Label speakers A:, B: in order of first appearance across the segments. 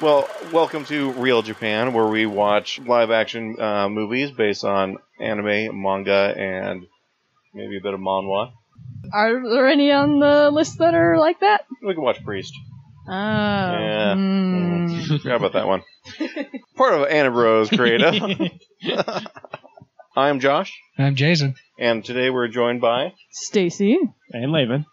A: Well, welcome to Real Japan, where we watch live action uh, movies based on anime, manga, and maybe a bit of manhwa.
B: Are there any on the list that are like that?
A: We can watch Priest.
B: Oh.
A: Yeah.
B: hmm.
A: Forgot about that one. Part of Anna Bros creative. I am Josh,
C: I'm Jason.
A: and today we're joined by
B: Stacy,
D: And Laban.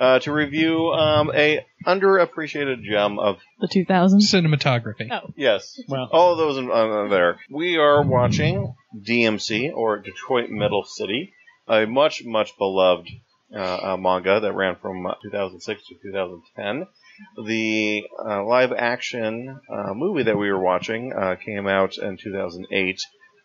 A: uh, to review um, a underappreciated gem of
B: the 2000s.
C: Cinematography.
B: Oh.
A: yes,
D: Well,
A: all of those in- uh, there. We are watching DMC or Detroit Metal City, a much much beloved uh, uh, manga that ran from uh, 2006 to 2010. The uh, live action uh, movie that we were watching uh, came out in 2008,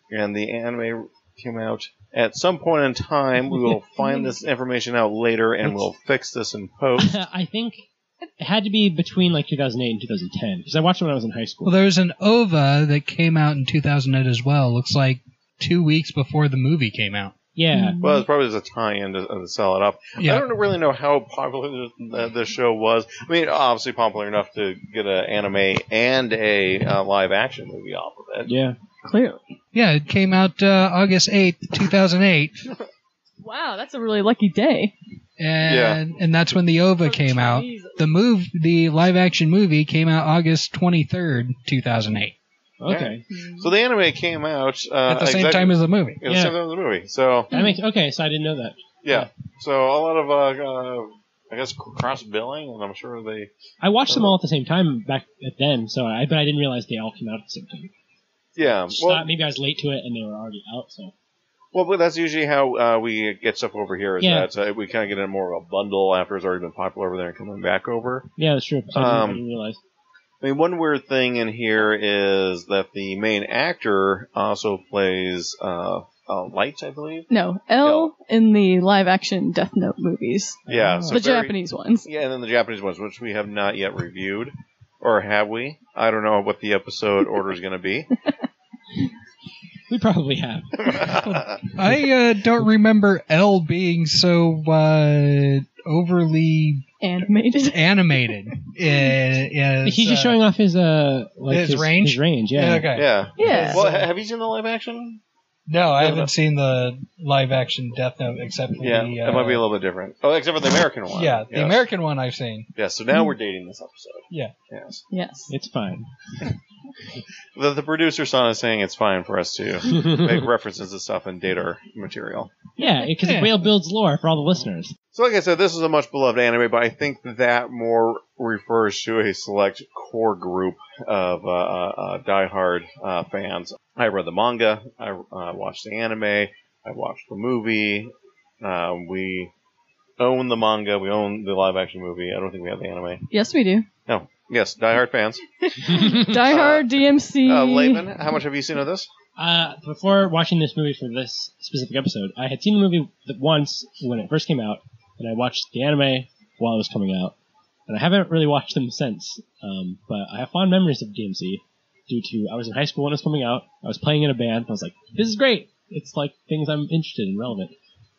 A: and the anime came out at some point in time. We will find this information out later, and we'll fix this in post.
D: I think it had to be between like 2008 and 2010 because I watched it when I was in high school.
C: Well, there's an OVA that came out in 2008 as well. Looks like two weeks before the movie came out.
D: yeah.
C: Mm-hmm.
A: Well, it's probably just a tie-in to, to sell it up. I
C: Yeah.
D: Oh.
A: don't really know how popular th- th- the show was. I mean, obviously popular enough to get an anime and a uh, live action movie off of it.
D: Yeah.
B: Clearly.
C: Yeah, it came out uh, August 8th, 2008.
B: Wow, that's a really lucky day.
C: And, and that's when the OVA came out. The move, the live action movie came out August 23rd, 2008.
D: Okay.
A: So the anime came out uh,
C: At the same time as the movie.
A: yeah, the same
D: yeah.
A: time as the movie. So
D: That makes okay. So I didn't know that.
A: yeah, so a lot of uh, uh, I guess cross billing, and I'm sure they
D: I watched them all at the same time back at then. So I but I didn't realize they all came out at the same time.
A: yeah.
D: Just
A: Um, Well,
D: thought maybe I was late to it and they were already out. So
A: well, but that's usually how uh, we get stuff over here. Is
D: Yeah.
A: that uh, we kind of get in more of a bundle after it's already been popular over there and coming back over.
D: yeah, that's true. So I, didn't, I
A: Um,
D: didn't realize.
A: I mean, one weird thing in here is that the main actor also plays uh, uh, Light, I believe.
B: No, L in the live action Death Note movies.
A: Yeah,
D: Oh.
A: so
B: the
A: very-
B: Japanese ones.
A: Yeah, and then the Japanese ones, which we have not yet reviewed, or have we? I don't know what the episode order is going to be.
D: We probably have.
C: I uh, don't remember L being so uh, overly
B: Animated.
C: animated. Uh, as,
D: He's just
C: uh,
D: showing off his uh like
C: his range?
D: His range. Yeah.
C: Okay.
A: yeah.
B: Yeah.
A: Well, ha- have you seen the live action?
C: No, I
A: Yeah,
C: haven't
A: but-
C: seen the live action Death Note except for
A: Yeah,
C: the. uh,
A: that might be a little bit different. Oh, except for the American one.
C: Yeah, the
A: Yes.
C: American one I've seen.
A: Yeah, so now we're dating this episode.
C: Yeah.
A: Yes.
B: Yes.
D: It's fine.
A: The, the producer son is saying it's fine for us to make references to stuff and date our material.
D: yeah, because
C: Yeah.
D: it whale builds lore for all the listeners.
A: So, like I said, this is a much beloved anime, but I think that more refers to a select core group of uh, uh, uh, diehard uh, fans. I read the manga, I uh, watched the anime, I watched the movie. Uh, we own the manga, we own the live action movie. I don't think we have the anime.
B: Yes, we do.
A: No. Yes, diehard fans.
B: Die Hard, DMC.
A: Uh, Laban, how much have you seen of this?
D: Uh, before watching this movie for this specific episode, I had seen the movie th- once when it first came out, and I watched the anime while it was coming out, and I haven't really watched them since. Um, but I have fond memories of DMC due to I was in high school when it was coming out. I was playing in a band. And I was like, "This is great! It's like things I'm interested in, relevant."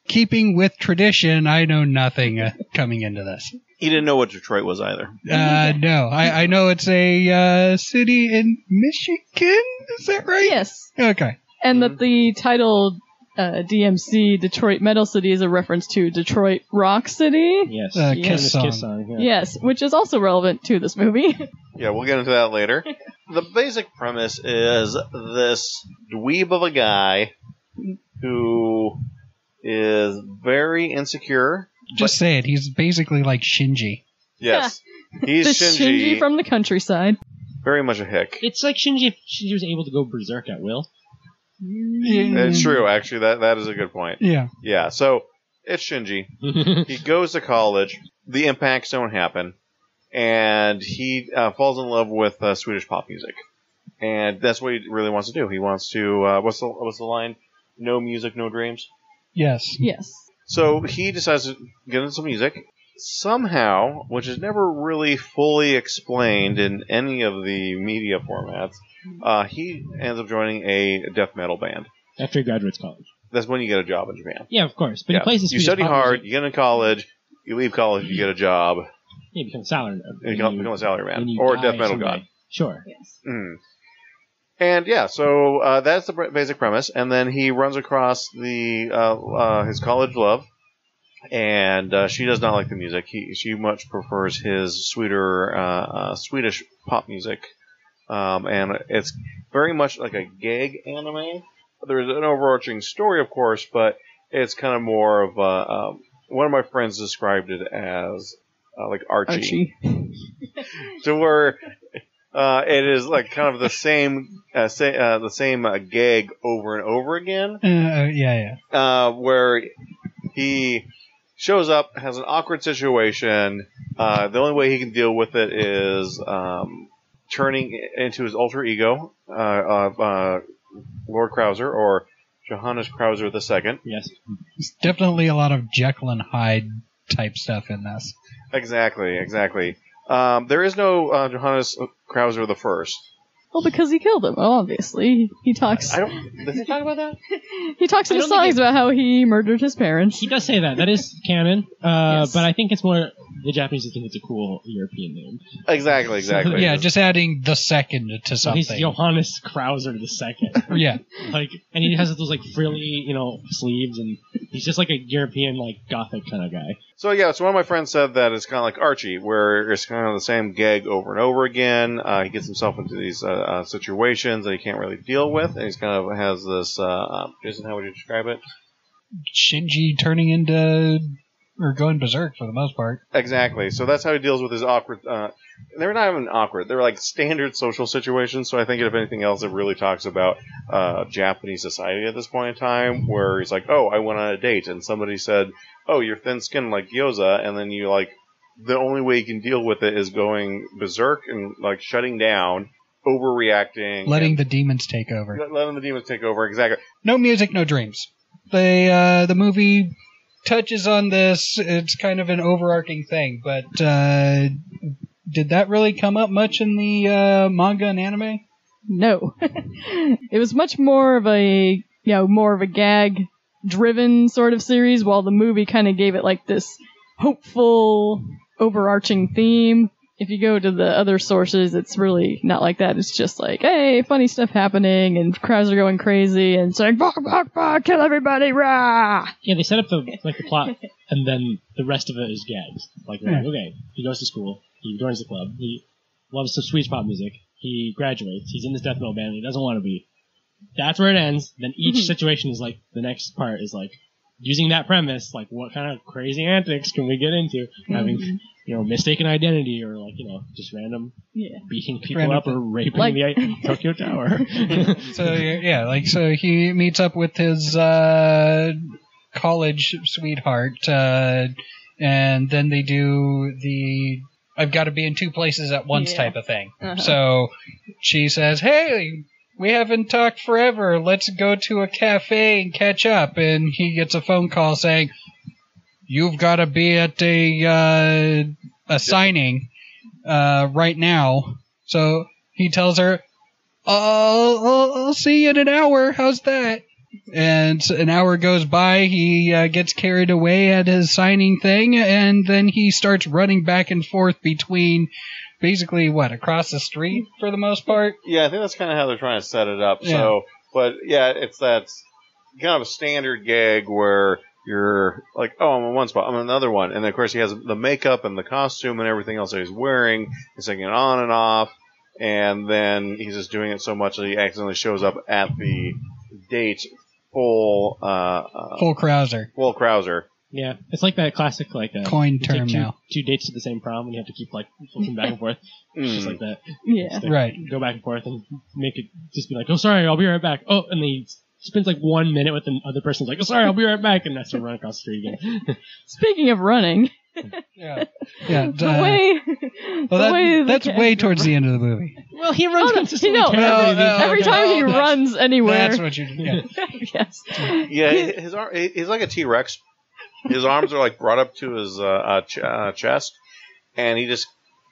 C: Keeping with tradition, I know nothing uh, coming into this.
A: He didn't know what Detroit was either.
C: Uh, no, I, I know it's a uh, city in Michigan. Is that right?
B: Yes.
C: Okay.
A: Mm-hmm.
B: And that the title uh, DMC Detroit Metal City is a reference to Detroit Rock City.
D: Yes,
C: Uh,
D: Yeah,
C: Kiss
D: this
C: song.
D: Kiss song. Yeah.
B: Yes, which is also relevant to this movie.
A: Yeah, we'll get into that later. the basic premise is this dweeb of a guy who is very insecure.
C: Just say it. He's basically like Shinji.
A: Yes. He's
B: the
A: Shinji,
B: Shinji from the countryside.
A: very much a hick.
D: It's like Shinji if Shinji was able to go berserk at will.
A: It's true, actually. That that is a good point.
C: Yeah.
A: Yeah. So it's Shinji. He goes to college. The impacts don't happen, and he uh, falls in love with uh, Swedish pop music, and that's what he really wants to do. He wants to. Uh, what's the what's the line? No music, no dreams.
C: Yes.
B: Yes.
A: So he decides to get into some music. Somehow, which is never really fully explained in any of the media formats, uh, he ends up joining a death metal band.
D: After he graduates college.
A: That's when you get a job in Japan.
D: Yeah, of course. But
A: Yeah.
D: he plays this.
A: you study hard, you get into college, you leave college, you get a job,
D: He becomes salaried.
A: and you become a salary
D: when
A: man
D: you
A: or a
D: die
A: death metal
D: someday.
A: god.
D: Sure.
B: Yes.
A: Mm. And yeah, so uh, that's the br- basic premise. And then he runs across the uh, uh, his college love, and uh, she does not like the music. He, she much prefers his sweeter uh, uh, Swedish pop music, um, and it's very much like a gag anime. There's an overarching story, of course, but it's kind of more of a, um, one of my friends described it as uh, like
B: Archie.
A: to where uh, it is like kind of the same uh, say, uh, the same uh, gag over and over again,
C: Uh, uh, yeah,
A: uh, where he shows up, has an awkward situation. Uh, the only way he can deal with it is um, turning i- into his alter ego uh, of uh, Lord Krauser or Johannes Krauser the second.
D: Yes.
C: There's definitely a lot of Jekyll and Hyde type stuff in this.
A: Exactly, exactly. Um, there is no uh, Johannes Krauser the first.
B: Well, because he killed him, obviously. He talks.
A: I don't. Does he talk about that?
B: He talks in
D: I
B: his
D: don't think
B: songs about how he murdered his parents.
D: He does say that. That is canon. Uh,
B: Yes.
D: But I think it's more the Japanese think it's a cool European name.
A: Exactly, exactly.
C: Yeah, just adding the second to
D: So he's
C: something.
D: Johannes Krauser the second.
C: yeah,
D: like, and he has those like frilly, you know, sleeves, and he's just like a European, like gothic kind of guy.
A: So yeah, so one of my friends said that it's kind of like Archie, where it's kind of the same gag over and over again. Uh, he gets himself into these uh, uh, situations that he can't really deal with, and he's kind of has this. Uh, um, Jason, how would you describe it?
C: Shinji turning into or going berserk for the most part.
A: Exactly. So that's how he deals with his awkward. Uh, they're not even awkward. They're like standard social situations. So I think if anything else, it really talks about uh, Japanese society at this point in time, where he's like, "Oh, I went on a date, and somebody said, "Oh, you're thin skinned like gyoza," and then you like the only way you can deal with it is going berserk and like shutting down, overreacting,
C: Letting
A: and-
C: the demons take over.
A: let- letting the demons take over. Exactly.
C: No music, no dreams. The uh, the movie touches on this. It's kind of an overarching thing, but uh, did that really come up much in the uh, manga and anime?
B: No. it was much more of a, you know, more of a gag driven sort of series, while the movie kind of gave it like this hopeful, overarching theme. If you go to the other sources, it's really not like that. It's just like, hey, funny stuff happening, and crowds are going crazy, and saying, bah, bah, bah, kill everybody, rah!
D: Yeah, they set up the like the plot, and then the rest of it is gags. Like, they're like, okay, he goes to school, he joins the club, he loves some Swedish pop music, he graduates, he's in this death metal band he doesn't want to be. That's where it ends. Then each situation is like the next part is like using that premise, like what kind of crazy antics can we get into?
B: Mhm.
D: Having you know mistaken identity or like you know just random
B: Yeah.
D: beating people
C: Random
D: up or raping
B: Like-
D: the Tokyo Tower.
C: So yeah, like so he meets up with his uh, college sweetheart, uh, and then they do the "I've got to be in two places at once"
B: Yeah.
C: type of thing.
B: Uh-huh.
C: So she says, "Hey, we haven't talked forever. Let's go to a cafe and catch up." And he gets a phone call saying, "You've got to be at a uh, a signing uh, right now." So he tells her, I'll, I'll, I'll see you in an hour. How's that? And an hour goes by. He uh, gets carried away at his signing thing, and then he starts running back and forth between basically what across the street for the most part.
A: Yeah, I think that's kind of how they're trying to set it up.
C: Yeah.
A: So, but yeah, it's that kind of a standard gag where you're like, oh, I'm in one spot, I'm in another one, and then, of course he has the makeup and the costume and everything else that he's wearing. He's taking it on and off, and then he's just doing it so much that he accidentally shows up at the date full, uh, uh,
C: Full Krauser
A: full Krauser.
D: yeah, it's like that classic like uh,
C: coin
D: You take
C: term
D: two,
C: now,
D: two dates to the same prom, and you have to keep like flipping back and forth,
A: Hmm.
D: It's just like that.
B: Yeah.
D: Just, like,
C: right?
D: Go back and forth and make it just be like, oh sorry, I'll be right back. Oh, and he spends like one minute with the other person, like, oh sorry, I'll be right back, and that's to run across the street again.
B: Speaking of running,
C: Yeah, yeah.
B: the
C: uh,
B: way. the
C: well, that-
B: way the
C: that's
B: ca-
C: way towards the end of the movie.
D: well, he
B: Oh,
D: runs
B: no,
D: consistently.
B: you know,
D: terribly the
C: Well,
D: entire
B: Every
C: Okay.
B: time he
C: Oh, that's-
B: runs anywhere.
C: That's what you. Yeah.
B: yes.
A: Yeah, his arm, he's like a T Rex. His arms are like brought up to his uh, uh, ch- uh, chest, and he just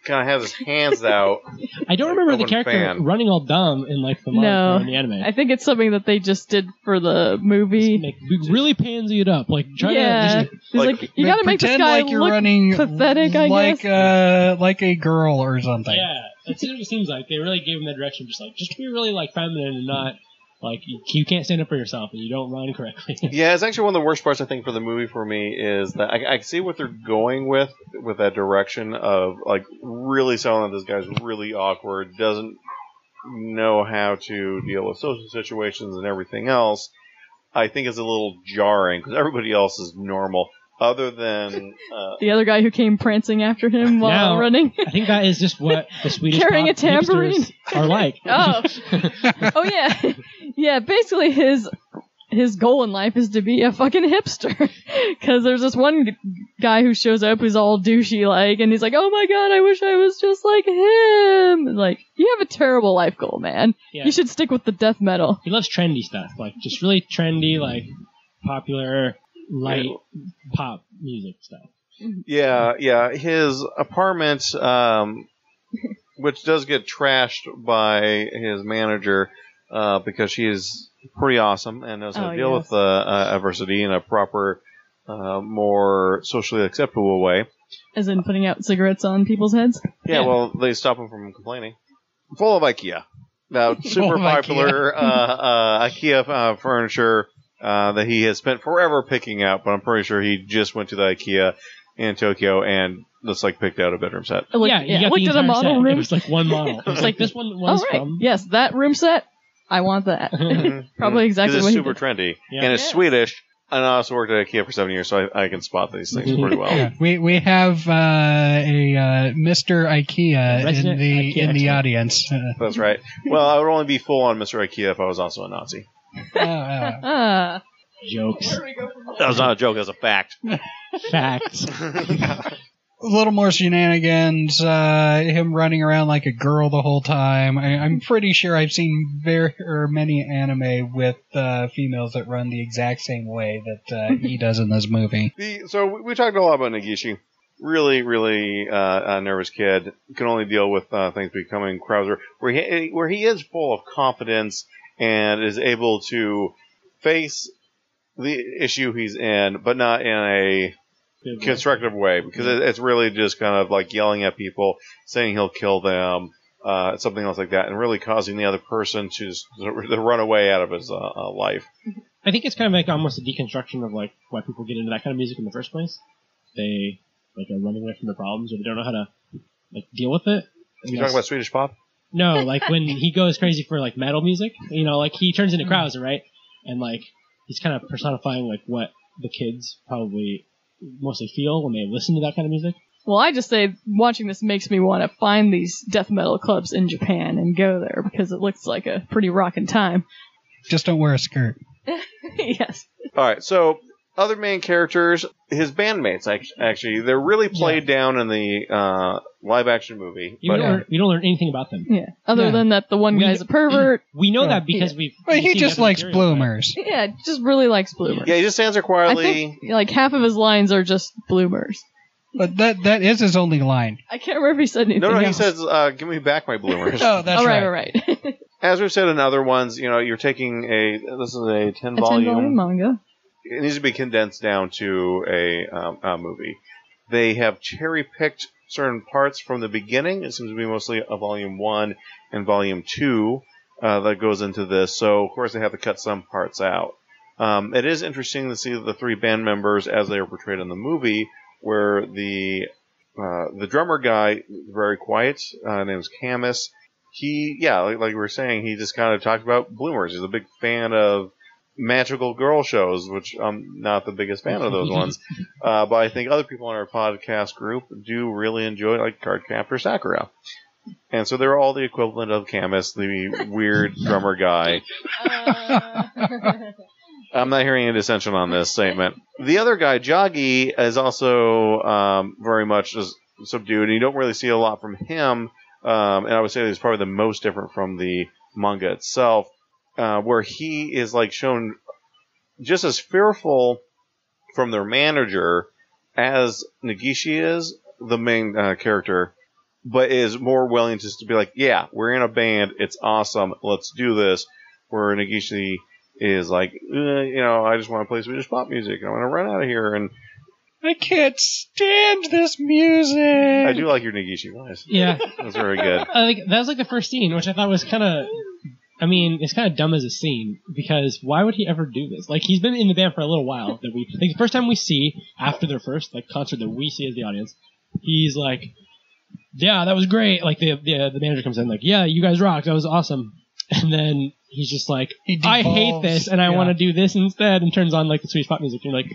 A: kind of has his hands out.
D: I don't
A: Like
D: remember the
A: Owen
D: character
A: Fan.
D: running all dumb in like the
B: No.
D: manga or in the anime.
B: I think it's something that they just did for the movie.
D: Just make- we really pansy it up, like try
B: yeah,
D: to. just-
B: It's like,
A: Like,
B: you gotta make this
C: Pretend
B: guy
C: like you're
B: look.
C: running
B: pathetic, I
C: like
B: guess.
C: uh like a girl or something.
D: yeah, that's what it seems like. They really gave him that direction, just like just be really like feminine and not like you, you can't stand up for yourself and you don't run correctly.
A: Yeah, it's actually one of the worst parts I think for the movie for me is that I, I can see what they're going with with that direction of like really selling that this guy's really awkward, doesn't know how to deal with social situations and everything else. I think is a little jarring because everybody else is normal, other than uh,
B: The other guy who came prancing after him while
D: Now-
B: running.
D: I think that is just what the Swedish
B: Carrying
D: pop
B: a tambourine.
D: hipsters are like.
B: Oh, oh yeah, yeah. Basically, his his goal in life is to be a fucking hipster. Because there's this one g- guy who shows up who's all douchey like, and he's like, "Oh my god, I wish I was just like him." Like, you have a terrible life goal, man.
D: Yeah.
B: You should stick with the death metal.
D: He loves trendy stuff, like just really trendy, like popular light pop music stuff.
A: Yeah, yeah. His apartment, um, which does get trashed by his manager uh, because she is pretty awesome and knows how
B: Oh,
A: to deal
B: yes.
A: with uh, uh, adversity in a proper, uh, more socially acceptable way.
B: As in putting out cigarettes on people's heads.
A: Yeah,
D: Yeah.
A: well, they stop him from complaining. Full of IKEA. Now, super
C: of
A: popular IKEA, uh, uh, IKEA uh, furniture uh, that he has spent forever picking out, but I'm pretty sure he just went to the IKEA in Tokyo and just like picked out a bedroom set.
B: Look-
D: yeah, you got
B: looked
D: the
B: at a
D: entire
B: model
D: set. It
B: room.
D: was like one model. It was like this one
B: All
D: was
B: right.
D: from.
B: Yes, that room set. I want that.
A: Because
B: Probably exactly
A: it's
B: what he
A: super
B: did.
A: trendy
D: Yeah.
A: and it's
B: Yeah.
A: Swedish. And I also worked at IKEA for seven years, so I, I can spot these things pretty well.
C: Yeah, we we have uh, a uh, Mr. IKEA in
D: Resident
C: the
D: IKEA
C: in the
D: expert.
C: audience. Uh,
A: That's right. Well, I would only be full on Mr. IKEA if I was also a Nazi.
C: oh, oh.
B: Ah,
D: jokes,
A: That was not a joke. That was a fact.
D: facts.
C: a little more shenanigans. Uh, him running around like a girl the whole time. I, I'm pretty sure I've seen very or many anime with uh, females that run the exact same way that uh, he does in this movie.
A: The, so we, we talked a lot about Nagishi. Really, really uh, a nervous kid. Can only deal with uh, things becoming Krauser, where he where he is full of confidence and is able to face the issue he's in, but not in a
D: Mm-hmm.
A: constructive way because it, it's really just kind of like yelling at people, saying he'll kill them, uh, something else like that, and really causing the other person to, s- to run away out of his uh, uh, life.
D: I think it's kind of like almost a deconstruction of like why people get into that kind of music in the first place. They like are running away from their problems or they don't know how to like deal with it. And
A: You
D: that's-
A: talking about Swedish pop?
D: No, like when he goes crazy for like metal music, you know, like he turns into
C: Mm.
D: Krauser, right? And like he's kind of personifying like what the kids probably mostly feel when they listen to that kind of music.
B: Well, I just say watching this makes me want to find these death metal clubs in Japan and go there because it looks like a pretty rockin' time.
C: Just don't wear a skirt.
B: yes.
A: All right, so other main characters, his bandmates, act- actually, they're really played down in the uh, live action movie.
D: You
A: But, uh,
D: don't learn, we don't learn anything about them.
B: Yeah. Other
C: Yeah.
B: than that, the one
D: We-
B: guy's a pervert.
D: We know
C: Yeah.
D: that because we've.
C: But
D: we've
C: he
D: seen
C: just
D: other
C: likes
D: material, right?
C: bloomers.
B: yeah, just really likes bloomers.
A: yeah, he just stands there
B: I
A: quietly.
B: think like half of his lines are just bloomers.
C: But that that is his only line.
B: I can't remember if he said anything.
A: no, no, he
B: else.
A: says, uh, "Give me back my bloomers."
C: Oh, that's
B: all
C: right.
B: right, all right.
A: As we've said in other ones, you know, you're taking a this is a ten
B: a ten dollar
A: volume
B: manga.
A: it needs to be condensed down to a, um, a movie. They have cherry picked certain parts from the beginning. It seems to be mostly a volume one and volume two uh, that goes into this. So of course they have to cut some parts out. Um, it is interesting to see the three band members as they are portrayed in the movie, where the uh, the drummer guy very quiet, uh, name's Camus. He yeah, like, like we were saying, he just kind of talked about bloomers. He's a big fan of magical girl shows, which I'm not the biggest fan of those ones. Uh, but I think other people in our podcast group do really enjoy like Card Captor Sakura. And so they're all the equivalent of Camus, the weird drummer guy. I'm not hearing a dissension on this statement. The other guy, Joggy, is also um, very much just subdued, and you don't really see a lot from him. Um, and I would say he's probably the most different from the manga itself, uh, where he is like shown just as fearful from their manager as Nagishi is, the main uh, character. but is more willing just to be like, yeah, we're in a band. It's awesome. Let's do this. Where Nagishi is like, eh, you know, I just want to play Swedish pop music. I'm going to run out of here. And
C: I can't stand this music.
A: I do like your Nagishi voice.
D: Yeah,
A: That's very good.
D: I like that was like the first scene, which I thought was kind of. I mean, it's kind of dumb as a scene because why would he ever do this? Like, he's been in the band for a little while. That we like the first time we see after their first like concert that we see as the audience, he's like, "Yeah, that was great." Like the the, the manager comes in like, "Yeah, you guys rocked. That was awesome." And then he's just like,
C: He
D: "I hate
C: devolves.
D: this, and I
C: Yeah.
D: want to do this instead," and turns on like the Swedish pop music. And you're like,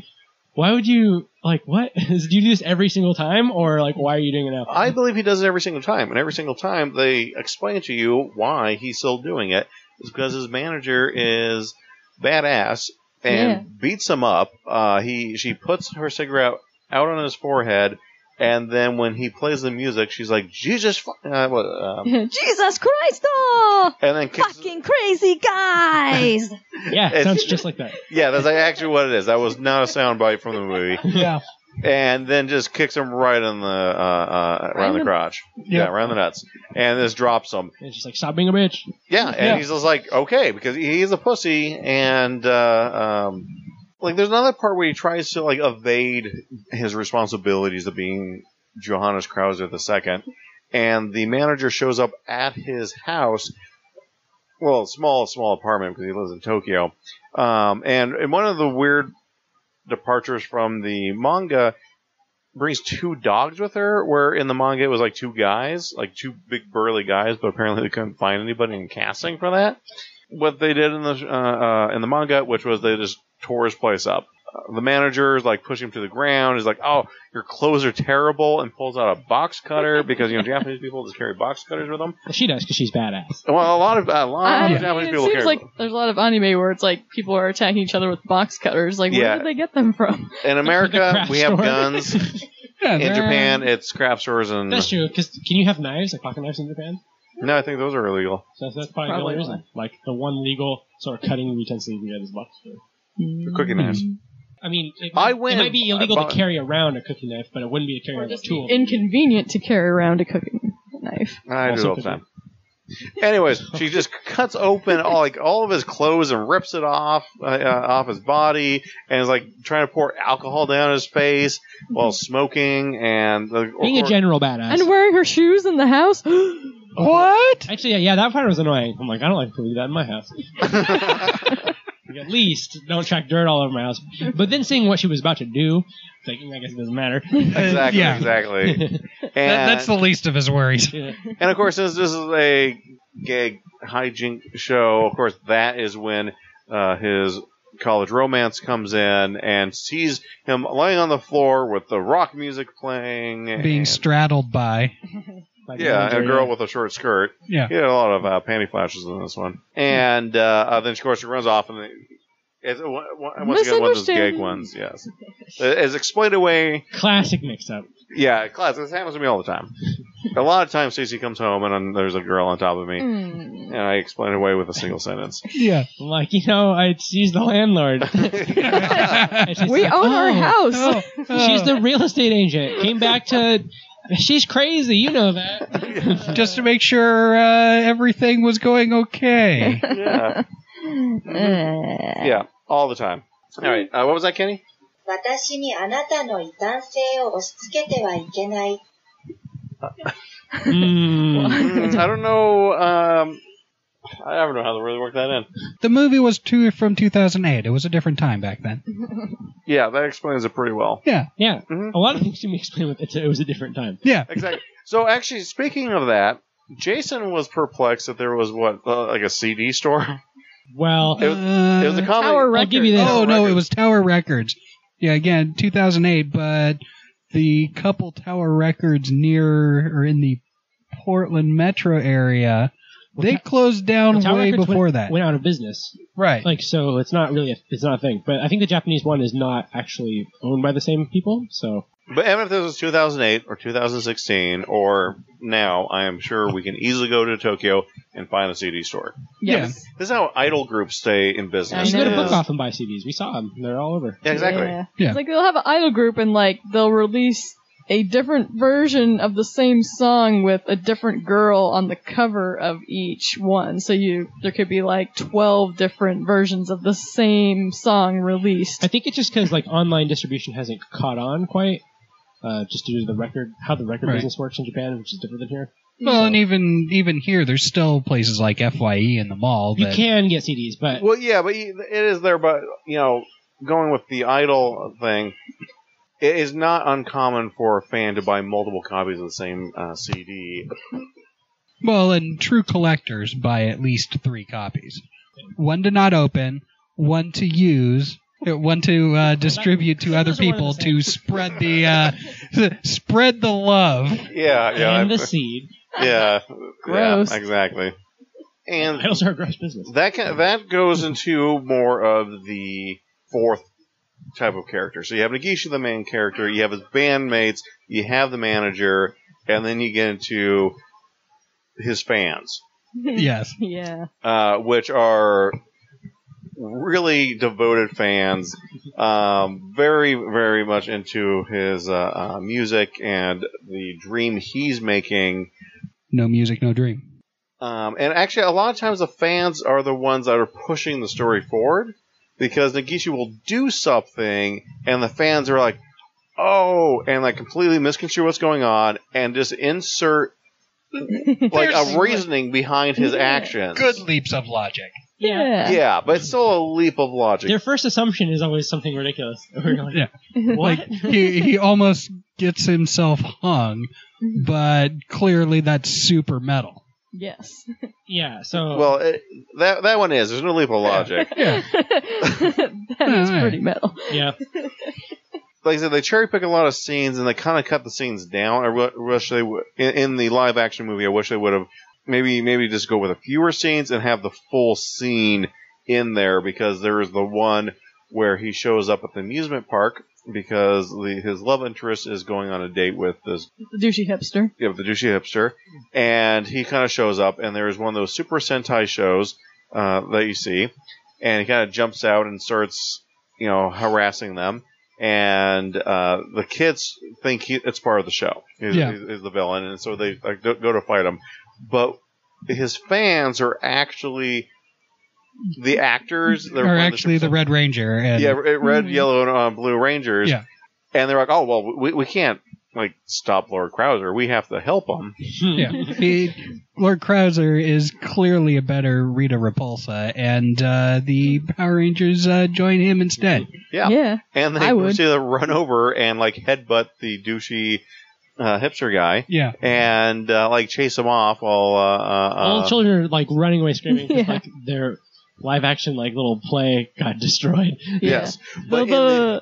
D: "Why would you like what? do you do this every single time, or like why are you doing it now?"
A: I believe he does it every single time, and every single time they explain to you why he's still doing it. It's because his manager is badass and
B: Yeah.
A: beats him up. Uh, he she puts her cigarette out on his forehead, and then when he plays the music, she's like Jesus, fu-, uh, what, um,
E: Jesus Christ, oh!
A: and then kicks.
E: Fucking crazy guys!
D: yeah, it
A: It's-
D: sounds just like that.
A: Yeah, that's actually what it is. That was not a soundbite from the movie,
C: yeah.
A: and then just kicks him right in the uh, uh, around the,
B: the-
A: crotch.
C: Yeah.
A: Yeah, around the nuts, and this drops him.
D: It's just like stop being a bitch.
A: Yeah, and
C: Yeah.
A: he's just like, okay, because he's a pussy, and uh, um, like there's another part where he tries to like evade his responsibilities of being Johannes Krauser the second, and the manager shows up at his house, well, small small apartment because he lives in Tokyo, um, and and one of the weird departures from the manga brings two dogs with her where in the manga it was like two guys like two big burly guys but apparently they couldn't find anybody in casting for that what they did in the uh, uh, in the manga which was they just tore his place up Uh, the manager is like pushing him to the ground he's like oh your clothes are terrible and pulls out a box cutter because you know japanese people just carry box cutters with them
D: Well, she does because she's badass.
A: well a lot of a lot
B: I
A: of japanese
B: mean, Um, it
A: people
B: seems
A: carry
B: like there's a lot of anime where it's like people are attacking each other with box cutters. Like, where
A: Yeah.
B: did they get them from?
A: in america
D: craft
A: we have
D: store.
A: guns
C: yeah
A: in
C: they're-
A: japan it's crap stores and
D: That's true. Because can you have knives, like pocket knives, in Japan?
A: no i think those are illegal
D: So that's, that's probably, the
B: Probably
D: only reason. Like the one legal sort of cutting utensil you can get is box cutter.
A: cooking knives.
B: Hmm.
D: I mean, it,
A: I
D: it
A: went-
D: might be illegal
A: I bought-
D: to carry around a cooking knife, but it wouldn't be a carry
B: Or
D: around
B: just
D: tool.
B: inconvenient to carry around a cooking knife.
A: I do
D: Also
A: it all the time. Anyways, she just cuts open all like all of his clothes and rips it off uh, uh, off his body, and is like trying to pour alcohol down his face while smoking and the,
D: Being a general badass.
B: And wearing her shoes in the house.
C: What?
D: Actually, yeah, yeah, that part was annoying. I'm like, I don't like people do that in my house. Like, at least don't track dirt all over my house. But then seeing what she was about to do, it's like, I guess it doesn't matter.
A: exactly,
C: Yeah.
A: exactly. And,
C: That, that's the least of his worries.
D: Yeah.
A: and of course, since this is a gag hijink show, of course that is when uh, his college romance comes in and sees him lying on the floor with the rock music playing,
C: Being
A: and-
C: straddled by.
D: Like,
A: Yeah, and a
D: yeah.
A: girl with a short skirt.
C: Yeah.
A: He had a lot of uh, panty flashes in this one. And uh, uh, then, of course, she runs off, and it- it's, uh, one- one- once again, one of those gag
B: Misunderstanding.
A: ones, yes. It- It's explained away.
D: Classic mix-up.
A: Yeah, class, this happens to me all the time. a lot of times, Stacey comes home, and then there's a girl on top of me,
B: Hmm.
A: and I explain it away with a single sentence.
C: Yeah.
D: I'm like, you know, I, she's the landlord. And she's
B: We
D: like,
B: own our
D: "Oh,
B: house."
C: "Oh,
D: She's the real estate agent. Came back to. She's crazy. You know that.
C: just to make sure uh, everything was going okay.
A: yeah.
B: Eh.
A: yeah, all the time. All right, uh, what was that, Kenny?
F: 私にあなたの異端性を押し付けてはいけない。
D: Mm.
A: Mm, I don't know. Um, I don't know how to really work that in.
C: The movie was two from 2008. It was a different time back then.
A: Yeah, that explains it pretty well.
C: Yeah.
D: Yeah.
A: Mhm.
D: A lot of things can be explained with it. It was a different time.
C: Yeah.
A: exactly. So actually, speaking of that, Jason was perplexed that there was what uh, like a CD store.
D: Well,
A: It was- It was a
C: Uh,
A: common.
B: Tower Records.
D: give you this.
A: Tower
C: Oh no, it
A: Records.
C: was Tower Records. Yeah, again, 2008, but the couple Tower Records near or in the Portland metro area, they closed down
D: Tower
C: way
D: Records
C: before
D: went,
C: that.
D: went out of business.
C: right.
D: Like, so it's not really a, it's not a thing. But I think the Japanese one is not actually owned by the same people. So
A: But even if this was 2008 or 2016 or now, I am sure we can easily go to Tokyo and find a CD store.
B: Yes.
A: This is how idol groups stay in
B: I
A: business.
D: you can go to
B: know.
A: is-
D: Book Off and buy CDs. We saw them. They're all over.
A: Yeah, exactly.
B: Yeah.
C: Yeah.
B: It's like they'll have an idol group and like they'll release a different version of the same song with a different girl on the cover of each one. So you there could be like 12 different versions of the same song released.
D: I think it's just because like online distribution hasn't caught on quite, uh, just due to the record how the record
C: Right.
D: business works in Japan, which is different than here.
C: Well, and even even here, there's still places like Fye in the mall
D: You
C: that
D: can get CDs, but
A: Well, yeah, but you- it is there. But you know, going with the idol thing, it is not uncommon for a fan to buy multiple copies of the same uh, CD.
C: Well, and true collectors buy at least three copies one to not open, one to use. uh, One to uh, distribute to other
D: Those are one and
C: people
D: the same.
C: to spread the uh, spread the love.
A: Yeah, yeah,
D: and
A: I-
D: the seed
A: yeah,
B: Gross.
A: yeah, exactly. And
D: idols are a gross business.
A: that can, that goes into more of the fourth type of character. So you have Nagisha, the main character. You have his bandmates. You have the manager, and then you get into his fans,
C: Yes,
B: yeah.
A: uh, which are really devoted fans, um, very very much into his uh, uh, music and the dream he's making.
C: no music, no dream.
A: Um, and actually, a lot of times the fans are the ones that are pushing the story forward because Nagishi will do something, and the fans are like, "Oh," and like completely misconstrue what's going on, and just insert like
C: There's,
A: a reasoning behind his
B: Yeah.
A: actions.
C: Good leaps of logic.
B: Yeah.
A: Yeah, but it's still a leap of logic.
D: Their first assumption is always something ridiculous. We're like,
C: Yeah.
D: What?
C: Like he he almost gets himself hung, but clearly that's super metal.
B: Yes.
D: yeah. So
A: well, it, that that one is. There's no leap of logic.
C: Yeah.
B: that is
C: Alright.
B: pretty metal.
D: yeah,
A: like I said, they cherry pick a lot of scenes and they kind of cut the scenes down. I wi- wish they would in, in the live action movie. I wish they would have maybe maybe just go with a fewer scenes and have the full scene in there because there is the one where he shows up at the amusement park because the, his love interest is going on a date with this
B: The douchey hipster.
A: you know, the douchey hipster, and he kind of shows up, and there's one of those Super Sentai shows uh, that you see, and he kind of jumps out and starts, you know, harassing them, and uh, the kids think he, it's part of the show. He's,
C: Yeah.
A: he's- he's the villain, and so they like, go go to fight him, but his fans are actually the actors. They're
C: Or
A: one of
C: actually the
A: Super
C: Red Ranger and
A: yeah, re- red,
B: Mhm.
A: yellow, and uh, blue Rangers.
C: Yeah.
A: And they're like, oh well, we, we can't like stop Lord Krauser. We have to help him.
D: Hmm.
C: yeah. He- Lord Krauser is clearly a better Rita Repulsa, and uh, the Power Rangers uh, join him instead.
A: Yeah.
B: yeah.
A: And they
B: I would.
A: proceed to run over and like headbutt the douchey uh, hipster guy
C: Yeah.
A: and uh, like chase him off while uh,
D: all
A: uh, uh,
D: children are like running away screaming 'cause,
B: Yeah.
D: like their live action like little play got destroyed.
A: yes.
B: Well,
A: But in
B: the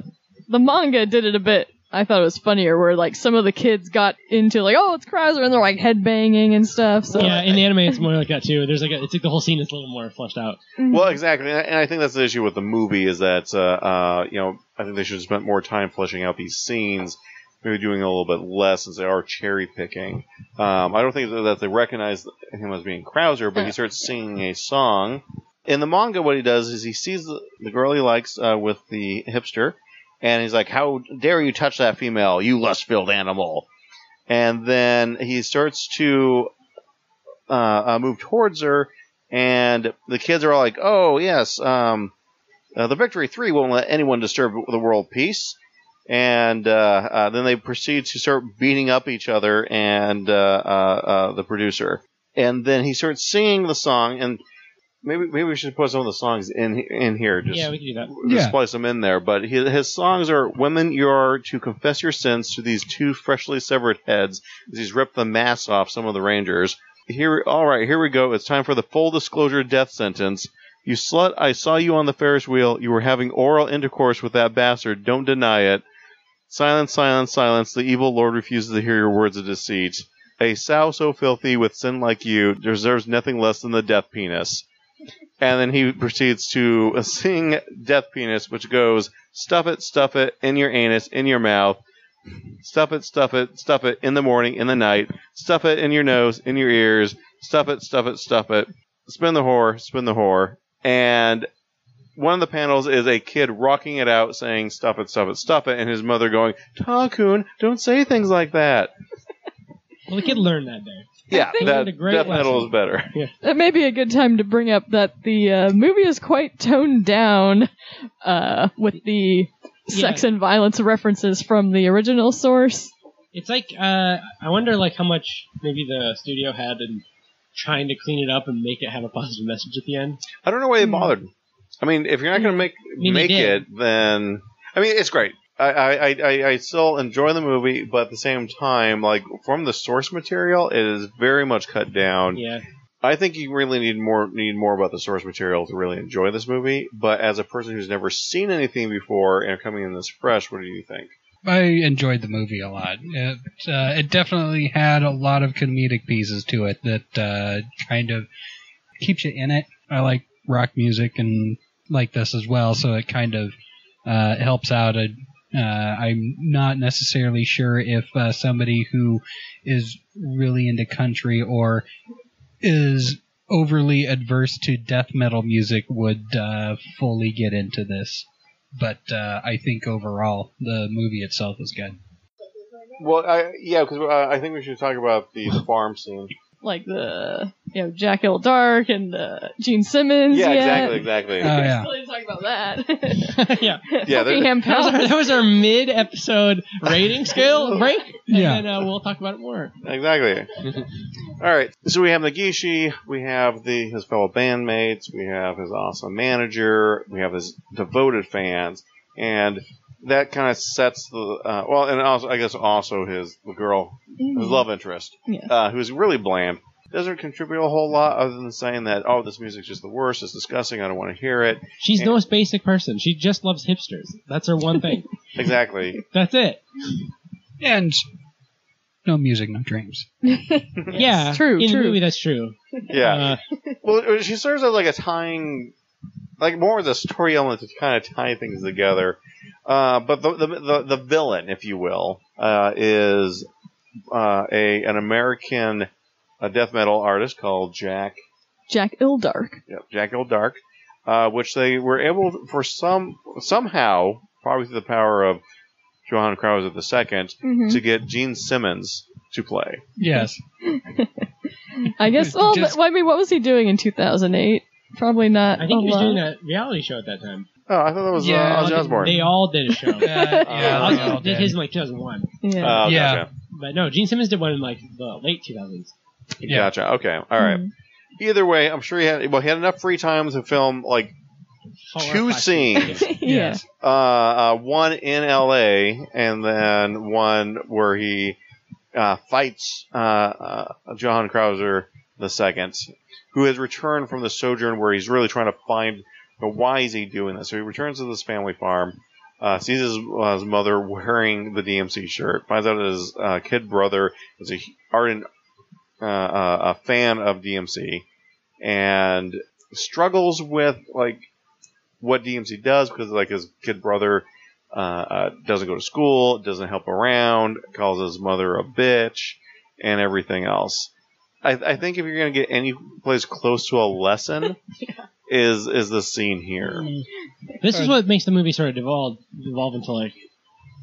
B: the manga did it a bit. I thought it was funnier where like some of the kids got into like, oh, it's Krauser, and they're like headbanging and stuff. So
D: yeah, in the anime it's more like that too. There's like a, it's like the whole scene is a little more fleshed out.
B: Mm.
A: Well,
B: Mm-hmm.
A: exactly, and I- and I think that's the issue with the movie is that uh, uh, you know I think they should have spent more time fleshing out these scenes, maybe doing a little bit less since they are cherry picking. Um, I don't think that they recognize him as being Krauser, but he starts singing a song. In the manga, what he does is he sees the, the girl he likes uh, with the hipster, and he's like, "How dare you touch that female, you lust-filled animal!" And then he starts to uh, uh, move towards her, and the kids are all like, "Oh yes, um, uh, the Victory Three won't let anyone disturb the world peace." And uh, uh, then they proceed to start beating up each other and uh, uh, uh, the producer. And then he starts singing the song, and maybe maybe we should put some of the songs in in here. Just
D: yeah, we can do that.
A: just
C: Yeah.
A: splice them in there. But his, his songs are "Women, You Are to Confess Your Sins to These Two Freshly Severed Heads." As he's ripped the masks off some of the Rangers. Here, all right, here we go. It's time for the full disclosure death sentence. You slut! I saw you on the Ferris wheel. You were having oral intercourse with that bastard. Don't deny it. Silence, silence, silence. The evil lord refuses to hear your words of deceit. A sow so filthy with sin like you deserves nothing less than the death penis. And then he proceeds to sing Death Penis, which goes, Stuff it, stuff it, in your anus, in your mouth. Stuff it, stuff it, stuff it, in the morning, in the night. Stuff it in your nose, in your ears. Stuff it, stuff it, stuff it. Spin the whore, spin the whore. And one of the panels is a kid rocking it out, saying "Stuff it, stuff it, stuff it," and his mother going, "Takun, don't say things like that."
D: Well, the kid learned that day.
A: Yeah,
B: think-
A: that
D: Learned a great
A: death metal
D: lesson.
A: is better.
B: That may be a good time to bring up that the uh, movie is quite toned down uh, with the sex and violence references from the original source.
D: It's like uh, I wonder, like how much maybe the studio had in trying to clean it up and make it have a positive message at the end.
A: I don't know why they
B: Hmm.
A: bothered. I mean, if you're not going to make
D: Hmm. mean, they
A: make
D: did.
A: it, then I mean, it's great. I, I, I- I, I still enjoy the movie, but at the same time, like from the source material, it is very much cut down.
D: Yeah,
A: I think you really need more need more about the source material to really enjoy this movie. But as a person who's never seen anything before and coming in this fresh, what do you think?
C: I enjoyed the movie a lot. It, uh, it definitely had a lot of comedic pieces to it that uh, kind of keeps you in it. I like rock music and like this as well, so it kind of uh, helps out. I, uh, I'm not necessarily sure if uh, somebody who is really into country or is overly adverse to death metal music would uh, fully get into this but uh, I think overall the movie itself was good.
A: Well, I, yeah, because uh, I think we should talk about the, the farm scene.
B: Like the you know Jack L. Dark and uh, Gene Simmons.
A: Yeah,
B: yet.
A: exactly, exactly.
C: Oh
D: Uh,
C: yeah,
B: Still didn't talk about that.
D: yeah.
A: yeah, there-
B: Buckingham
D: That was our,
B: Palace.
D: that was our mid-episode rating scale break, and
C: Yeah.
D: then uh, we'll talk about it more.
A: Exactly. All right. So we have Nagishi, we have the his fellow bandmates, we have his awesome manager, we have his devoted fans, and that kind of sets the uh, well, and also I guess also his the girl, his love interest,
B: Yeah.
A: uh, who's really bland, doesn't contribute a whole lot other than saying that oh this music's just the worst, it's disgusting, I don't want to hear it.
D: She's the most basic person. She just loves hipsters. That's her one thing.
A: Exactly.
D: That's it.
C: and no music, no dreams.
D: yeah,
B: True,
D: In
B: true.
D: the movie, that's true.
A: Yeah.
D: Uh,
A: Well, she serves as like a tying, like more as a story element to kind of tie things together. Uh, but the, the the the villain, if you will, uh, is uh, a an American uh death metal artist called Jack
B: Jack Ildark.
A: yep, Jack Old Dark, uh, which they were able for some somehow probably through the power of Johann Krause the second
B: Mhm.
C: Mm-hmm.
A: to get Gene Simmons to play.
C: Yes,
B: I guess. Well,
C: Just-
B: but, I mean, what was he doing in 2008? Probably not.
D: I think
B: a
D: he was
B: lot.
D: doing that reality show at that time.
A: Oh, I thought that was
C: Yeah,
A: uh, Ozzy Osbourne.
D: They all did a show.
A: yeah,
D: Ozzy
A: they all
D: Uh, did his in like 2001,
A: Oh,
B: Yeah.
C: Yeah.
A: gotcha.
D: but no, Gene Simmons did one in like the late 2000s.
C: Yeah.
A: Gotcha. Okay. All right.
B: Mhm.
A: Either way, I'm sure he had well he had enough free time to film like
D: Four or
A: two
D: five
A: scenes,
D: seasons.
B: Mm. yeah.
C: yes,
A: uh, uh, one in L.A. and then one where he uh, fights uh, uh, Johann Krauser the second, who has returned from the sojourn where he's really trying to find you know, why is he doing this. So he returns to this family farm, uh, sees his, uh, his mother wearing the DMC shirt, finds out his uh, kid brother is a ardent uh, uh, a fan of DMC, and struggles with like what DMC does because like his kid brother uh, uh, doesn't go to school, doesn't help around, calls his mother a bitch, and everything else. I, I think if you're gonna get any place close to a lesson, is is the scene here?
D: This is what makes the movie sort of devolve devolve into like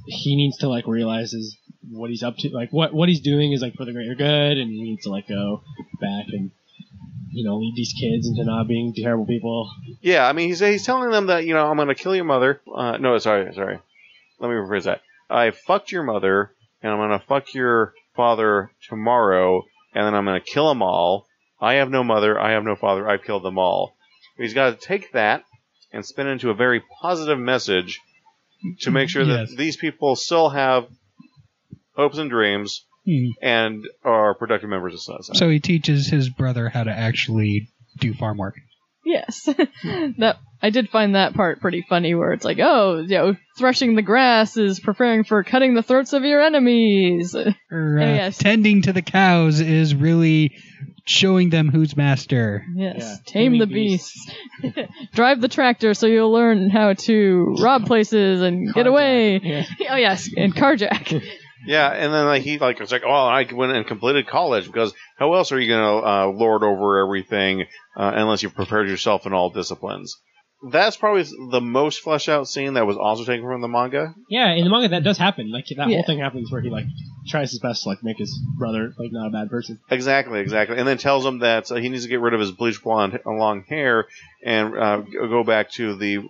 D: he needs to like realize is what he's up to like what what he's doing is like for the greater good and he needs to like go back and you know lead these kids into not being terrible people.
A: Yeah, I mean he's he's telling them that you know I'm gonna kill your mother. Uh, no, sorry, sorry. Let me rephrase that. I fucked your mother, and I'm gonna fuck your father tomorrow, and then I'm gonna kill them all. I have no mother, I have no father, I've killed them all. He's got to take that and spin it into a very positive message to make sure that
C: Yes.
A: these people still have hopes and dreams
C: Hmm.
A: and are productive members of society.
C: so he teaches his brother how to actually do farm work.
B: Yes. that I did find that part pretty funny, where it's like, oh, you know, threshing the grass is preparing for cutting the throats of your enemies.
C: Or, uh,
B: Oh, yes.
C: Tending to the cows is really showing them who's master.
B: Yes.
D: Yeah.
B: Tame
D: Taming
B: the
D: beasts.
B: beasts. Drive the tractor so you'll learn how to rob places and get away.
D: Yeah.
B: Oh yes, and carjack.
A: Yeah, and then like, he like was like, "Oh, I went and completed college because how else are you gonna uh, lord over everything uh, unless you've prepared yourself in all disciplines?" that's probably the most fleshed out scene that was also taken from the manga.
D: Yeah, in the manga that does happen. Like that
B: Yeah.
D: whole thing happens where he like tries his best to like make his brother like not a bad person.
A: Exactly, exactly. And then tells him that uh, he needs to get rid of his bleach blonde and long hair and uh, go back to the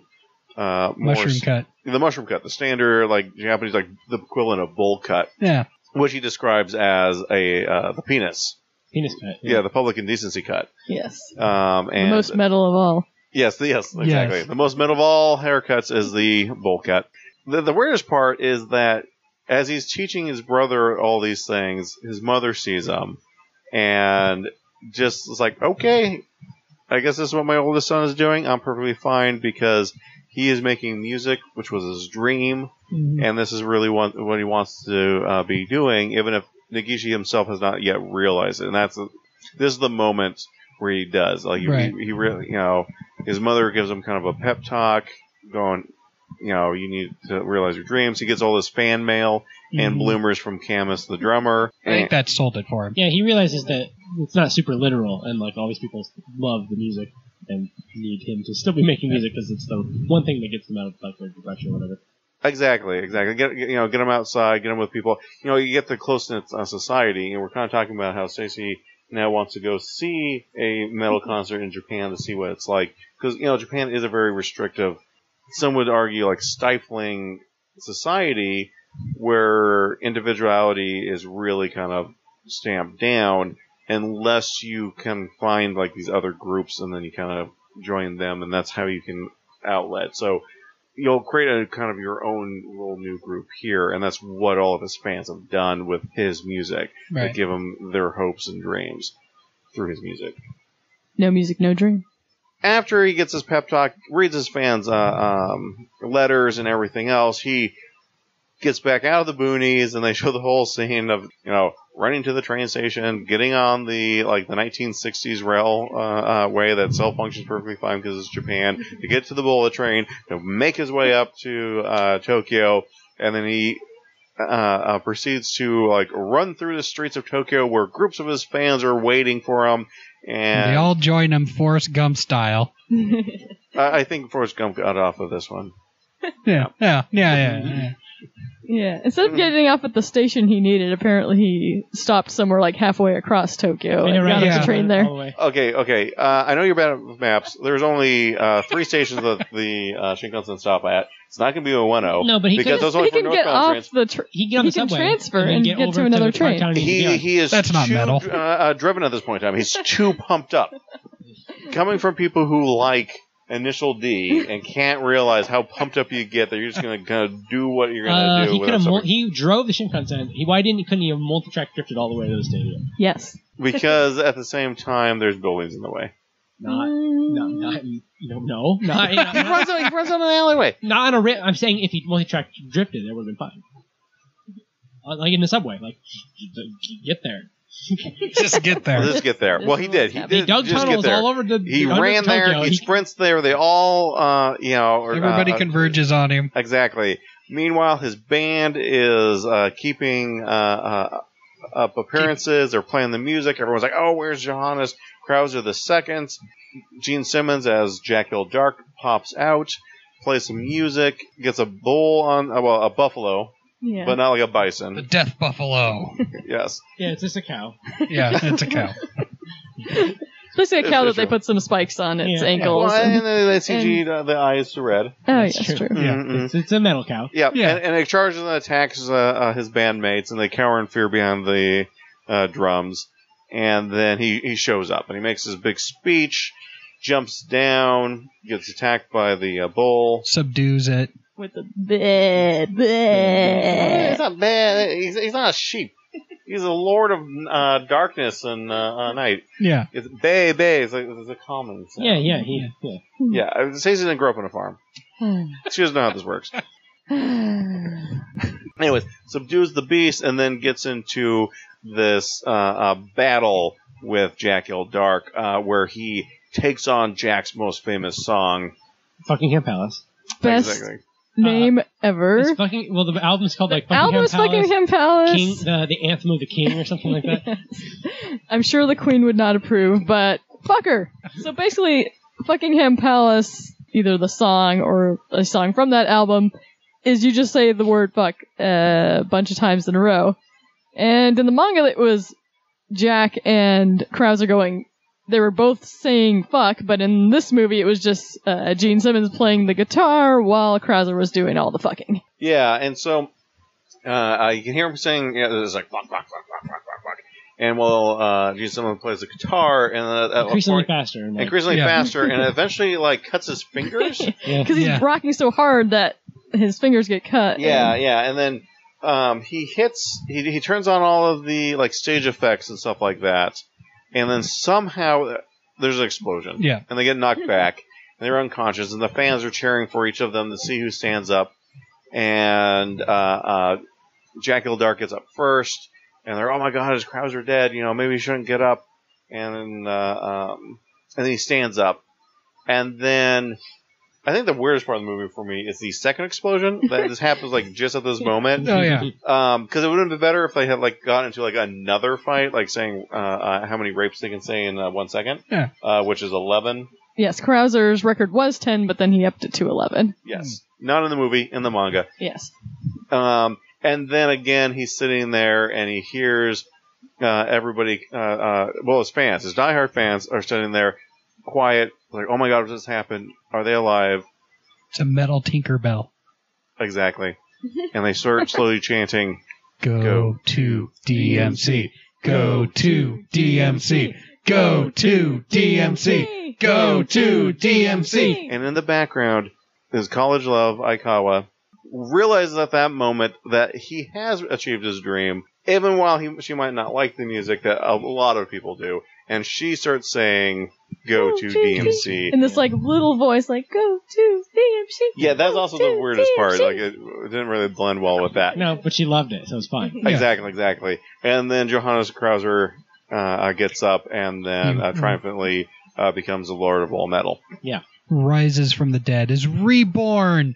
A: uh, more
C: Mushroom
A: s-
C: cut.
A: the mushroom cut, the standard like Japanese like the equivalent of bowl cut,
C: Yeah.
A: which he describes as a uh, the penis.
D: Penis cut.
A: Yeah. the public indecency cut.
B: Yes.
A: Um,
B: The
A: and
B: most metal of all.
A: Yes, the- yes, exactly.
C: Yes.
A: The most middle of all haircuts is the bowl cut. The, the weirdest part is that as he's teaching his brother all these things, his mother sees him and just is like, okay, I guess this is what my oldest son is doing. I'm perfectly fine because he is making music, which was his dream,
D: Mm-hmm.
A: and this is really what, what he wants to uh, be doing, even if Nagishi himself has not yet realized it. And that's this is the moment where he does. Like he,
C: Right.
A: he, he really, you know, his mother gives him kind of a pep talk, going, you know, you need to realize your dreams. He gets all this fan mail and bloomers from Camus the drummer.
C: I think that sold it for him.
D: Yeah, he realizes that it's not super literal, and like all these people love the music and need him to still be making music because it's the one thing that gets them out of like their depression or whatever.
A: Exactly, exactly. Get you know, get him outside, get him with people. You know, you get the closeness of society, and we're kind of talking about how Stacey now wants to go see a metal concert in Japan to see what it's like because you know Japan is a very restrictive, some would argue like stifling society where individuality is really kind of stamped down unless you can find like these other groups and then you kind of join them and that's how you can outlet. So you'll create a kind of your own little new group here, and that's what all of his fans have done with his music. They
C: Right.
A: give him their hopes and dreams through his music.
B: No music, no dream.
A: After he gets his pep talk, reads his fans' uh, um, letters and everything else, he gets back out of the boonies, and they show the whole scene of you know running to the train station, getting on the like the 1960s rail uh, uh, way that still functions perfectly fine because it's Japan, to get to the bullet train, to make his way up to uh, Tokyo, and then he. Uh, uh, proceeds to like run through the streets of Tokyo where groups of his fans are waiting for him, and
C: They all join him Forrest Gump style.
A: I, I think Forrest Gump got off of this one.
C: Yeah. Yeah. Yeah. Yeah. yeah.
B: Yeah. Instead of getting off at the station he needed, apparently he stopped somewhere like halfway across Tokyo and Oh, got
C: yeah.
B: on the train there.
D: All the way.
A: Okay, okay. Uh, I know you're bad at maps. There's only uh, three stations that the uh, Shinkansen stop at. It's not going to be a 1 0.
D: No, but he
A: because
D: could-
A: those only
B: he
A: for
B: can get
A: northbound trains.
B: off the tr
D: He can get on
B: He
D: the
B: can
D: subway
B: transfer
D: then
B: and get
D: over
B: to another
D: the
B: train.
D: part town he needs
A: He,
D: to be on.
A: he is
C: That's not
A: too,
C: metal.
A: Uh, uh, driven at this point in time. He's too pumped up. Coming from people who like Initial D and can't realize how pumped up you get that you're just going to kind of do what you're going to
D: Uh,
A: do.
D: he could
A: without
D: have mul-
A: something.
D: he drove the Shinkansen. He why didn't he couldn't he have multi-track drifted all the way to the stadium?
B: yes.
A: because at the same time, there's buildings in the way.
D: Not no not in- no no not,
A: he,
D: not,
A: runs, he runs on an alleyway.
D: not on a ri- I'm saying if he multi-track drifted, it would have been fine. Uh, Like in the subway, like get there.
C: Just get there.
A: Let's get there. Well, he did. He
B: They
D: They
A: did.
D: dug
A: just get
D: tunnels
A: there.
D: all over the.
A: He
D: under
A: ran there.
D: Tokyo.
A: He
D: He-
A: sprints there. They all, uh, you know, are, uh,
C: Everybody
A: uh,
C: converges on him.
A: Exactly. Meanwhile, his band is uh, keeping uh, uh, up appearances. They're playing the music. Everyone's like, "Oh, where's Johannes Krauser the second? Gene Simmons as Jack Hill Dark pops out, plays some music, gets a bull on, uh, well, a buffalo,
B: Yeah.
A: but not like a
C: The
A: bison.
C: death buffalo.
A: yes.
D: yeah, it's just a cow.
C: yeah, it's a cow.
B: Especially a cow that they
A: Official.
B: put some spikes on its
D: Yeah.
B: ankles.
A: Well,
B: and-
A: and they they CG'd uh, the eyes to red. Mm-hmm.
B: oh,
D: That's
B: yes, true.
D: true.
C: Yeah.
A: Mm-mm.
D: It's, it's a metal cow.
A: Yeah,
C: Yeah.
A: And, and it charges and attacks uh, uh, his bandmates, and they cower in fear behind the uh, drums. And then he, he shows up, and he makes his big speech, jumps down, gets attacked by the uh, bull.
C: Subdues it.
B: With the bleh, bleh.
A: He's not bad. He's, he's not a sheep. He's a lord of uh, darkness and uh, uh, night.
C: Yeah.
A: It's bay bay. It's, like, it's a common sound.
D: Yeah, yeah, yeah. yeah.
A: Yeah. uh, Stacey didn't grow up on a farm. She doesn't know how this works. Anyways, subdues the beast and then gets into this uh, uh, battle with Jack Hill Dark, uh, where he takes on Jack's most famous song.
D: Buckingham Palace.
B: Best
A: Exactly.
B: name ever.
D: It's fucking, well, the album's called like Buckingham
B: Album's
D: Palace.
B: Buckingham Palace.
D: King, the, the anthem of the king or something like that.
B: Yes. I'm sure the Queen would not approve, but fuck her. So basically, Buckingham Palace either the song or a song from that album is you just say the word fuck uh, a bunch of times in a row. And in the manga, it was Jack and Krauser going, they were both saying fuck, but in this movie, it was just uh, Gene Simmons playing the guitar while Krauser was doing all the fucking.
A: Yeah, and so uh, uh, you can hear him saying, you know, it's like, fuck, fuck, fuck, fuck, fuck, fuck, fuck. And while uh, Gene Simmons plays the guitar, and uh, at one
D: Increasingly
A: point,
D: faster. And like,
A: increasingly
C: Yeah.
A: faster, and eventually like cuts his fingers.
D: yeah.
B: Because he's
C: Yeah.
B: rocking so hard that his fingers get cut.
A: yeah, yeah, and then um, he hits, he, he turns on all of the like stage effects and stuff like that, and then somehow uh, there's an explosion.
C: Yeah.
A: and they get knocked back, and they're unconscious, and the fans are cheering for each of them to see who stands up, and uh, uh, Jack Dark gets up first, and they're oh my god, his crowds are dead, you know maybe he shouldn't get up, and uh, um, and then he stands up, and then. I think the weirdest part of the movie for me is the second explosion that just happens like just at this moment
C: Oh yeah.
A: because it would have been better if they had like gotten into like another fight, like saying uh, uh, how many rapes they can say in uh, one second,
C: Yeah.
A: uh, which is eleven.
B: Yes, Krauser's record was 10, but then he upped it to 11.
A: Yes, not in the movie, in the manga.
B: Yes.
A: Um, and then again, he's sitting there and he hears uh, everybody. Uh, uh, well, his fans, his diehard fans, are sitting there, quiet, like, "Oh my god, what just happened? Are they alive?"
C: It's a metal Tinkerbell.
A: Exactly. and they start slowly chanting,
C: Go,
A: Go
C: to DMC. Go to DMC. Go to DMC. Go to DMC.
A: And in the background is College Love Aikawa realizes at that moment that he has achieved his dream, even while he, she might not like the music that a lot of people do. And she starts saying, Go to DMC.
B: In this like little voice, like go to DMC.
A: Yeah, that's
B: go
A: also
B: to
A: the weirdest part.
B: DMC."
A: Like, it, it didn't really blend well with that.
D: No, but she loved it, so it's fine.
C: Yeah.
A: Exactly, exactly. And then Johannes Krauser uh, uh, gets up and then uh,
C: Mhm.
A: triumphantly uh, becomes the Lord of all metal.
C: Rises from the dead is reborn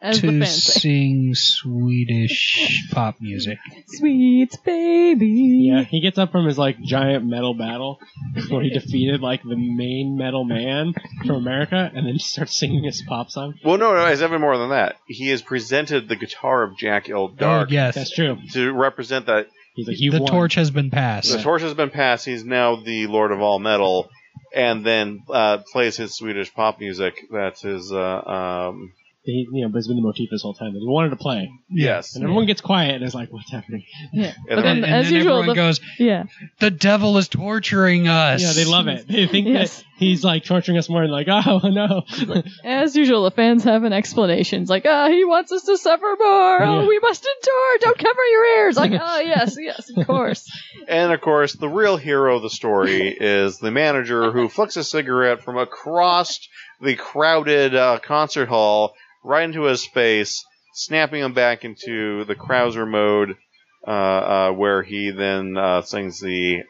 B: As the
C: to
B: fans say,
C: sing Swedish pop music.
B: sweet baby.
D: Yeah, he gets up from his like giant metal battle where he defeated like the main metal man from America, and then starts singing his pop song.
A: Well, no, no, it's even more than that. He has presented the guitar of Jack L. Dark
C: Oh, yes.
D: That's true.
A: to represent that
D: He's like, you
C: the
D: won.
C: torch has been passed.
A: the torch has been passed. He's now the Lord of all metal, and then uh, plays his Swedish pop music. That's his. Uh, um,
D: He, you know, but it's been the motif this whole time. that He wanted to play,
A: yes,
D: and everyone gets quiet and is like, "What's happening?"
A: And
B: But
A: then-
C: And,
B: then,
C: and
B: as
C: then
B: usual,
C: everyone
B: the,
C: goes,
B: yeah,
C: "The devil is torturing us."
D: Yeah, they love it. They think
B: Yes.
D: that he's like torturing us more, and like, "Oh no!"
B: as usual, the fans have an explanation. It's like, ah, he wants us to suffer more.
D: Yeah.
B: Oh, we must endure. Don't cover your ears. Like, oh yes, yes, of course.
A: and of course, the real hero of the story is the manager who flicks a cigarette from across the crowded uh, concert hall right into his face, snapping him back into the Krauser mode, uh, uh, where he then uh, sings the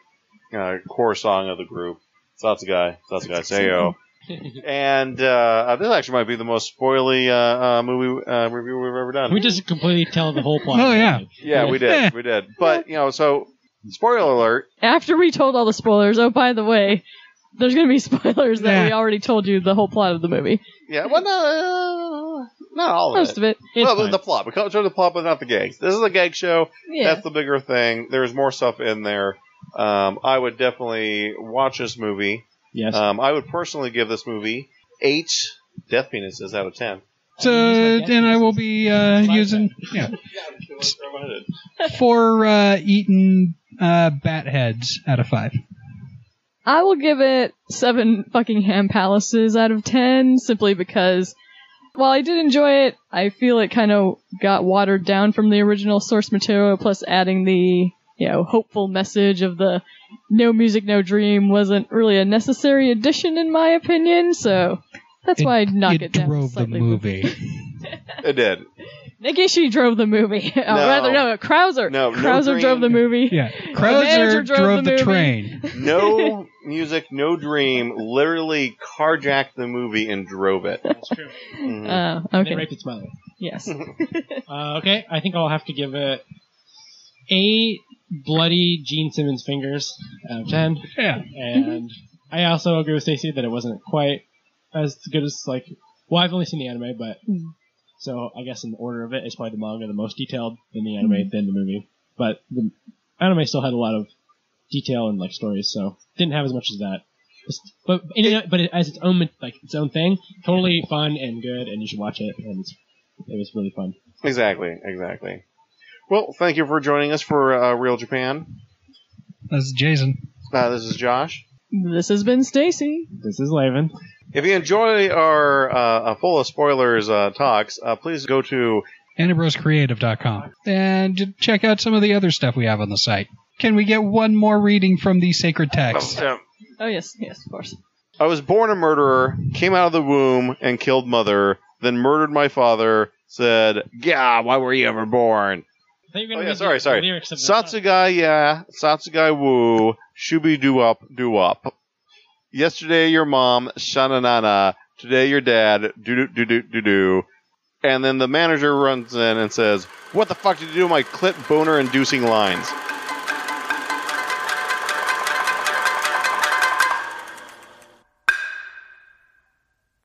A: uh, core song of the group. Satsugai, Satsugai Seiyo. And uh, uh, this actually might be the most spoily uh, uh, movie uh, review we've ever done.
D: we just completely tell the whole plot.
C: Oh, yeah.
A: yeah, we
C: Yeah.
A: did, we did. But you know, so spoiler alert.
B: After we told all the spoilers. Oh, by the way. There's gonna be spoilers that
C: Yeah.
B: we already told you the whole plot of the movie.
A: Yeah, well, no, uh, not all of
B: Most
A: it.
B: of it.
D: It's
A: well,
D: fine.
A: the plot. We can't show the plot, but not the gags. This is a gag show.
B: Yeah.
A: That's the bigger thing. There's more stuff in there. Um, I would definitely watch this movie.
D: yes.
A: Um, I would personally give this movie eight death penises out of ten.
C: So then I will be uh, using yeah four uh, eaten uh, bat heads out of five.
B: I will give it seven fucking ham palaces out of ten, simply because while I did enjoy it, I feel it kind of got watered down from the original source material. Plus, adding the you know hopeful message of the no music, no dream wasn't really a necessary addition, in my opinion. So that's why I knock it, down
C: drove the
B: slightly.
C: movie.
A: It did.
B: Nick Ishii drove the movie. or
A: No.
B: rather, no, Krauser.
A: No, no
B: Krauser
A: dream.
B: drove the movie.
C: yeah,
B: manager drove
C: Krauser drove
B: the
C: the
B: movie.
C: train.
A: No music, no dream. Literally carjacked the movie and drove it.
D: That's true.
A: Mhm.
B: Oh,
D: They
B: okay.
D: raped its mother.
B: Yes.
D: Uh, okay, I think I'll have to give it eight bloody Gene Simmons fingers out of ten.
C: Yeah,
D: And I also agree with Stacey that it wasn't quite as good as like. Well, I've only seen the anime, but
B: Mm.
D: so I guess in the order of it, it's probably the manga the most detailed, then the anime, then the movie. But the anime still had a lot of detail and like stories, so didn't have as much as that. It's- But it, but it, as its own like its own thing, totally fun and good, and you should watch it. And it's, it was really fun.
A: Exactly, exactly. Well, thank you for joining us for uh, Real Japan.
C: That's Jason.
A: Uh, this is Josh.
B: This has been Stacy.
D: This is Laven.
A: If you enjoy our uh, uh, full of spoilers uh, talks, uh, please go to
C: AnnibrosCreative.com. And j- check out some of the other stuff we have on the site. Can we get one more reading from the sacred text?
B: Oh yes, yes, of course.
A: I was born a murderer, came out of the womb and killed mother, then murdered my father, said, Yeah, why were you ever born? Oh, yeah, sorry, sorry.
D: Lyrics of the song.
A: Satsugai, yeah, Satsugai, woo, shubi doo up, doo up. Yesterday, your mom, shananana. Today, your dad, doo doo doo doo doo. And then the manager runs in and says, What the fuck did you do to my clit boner inducing lines?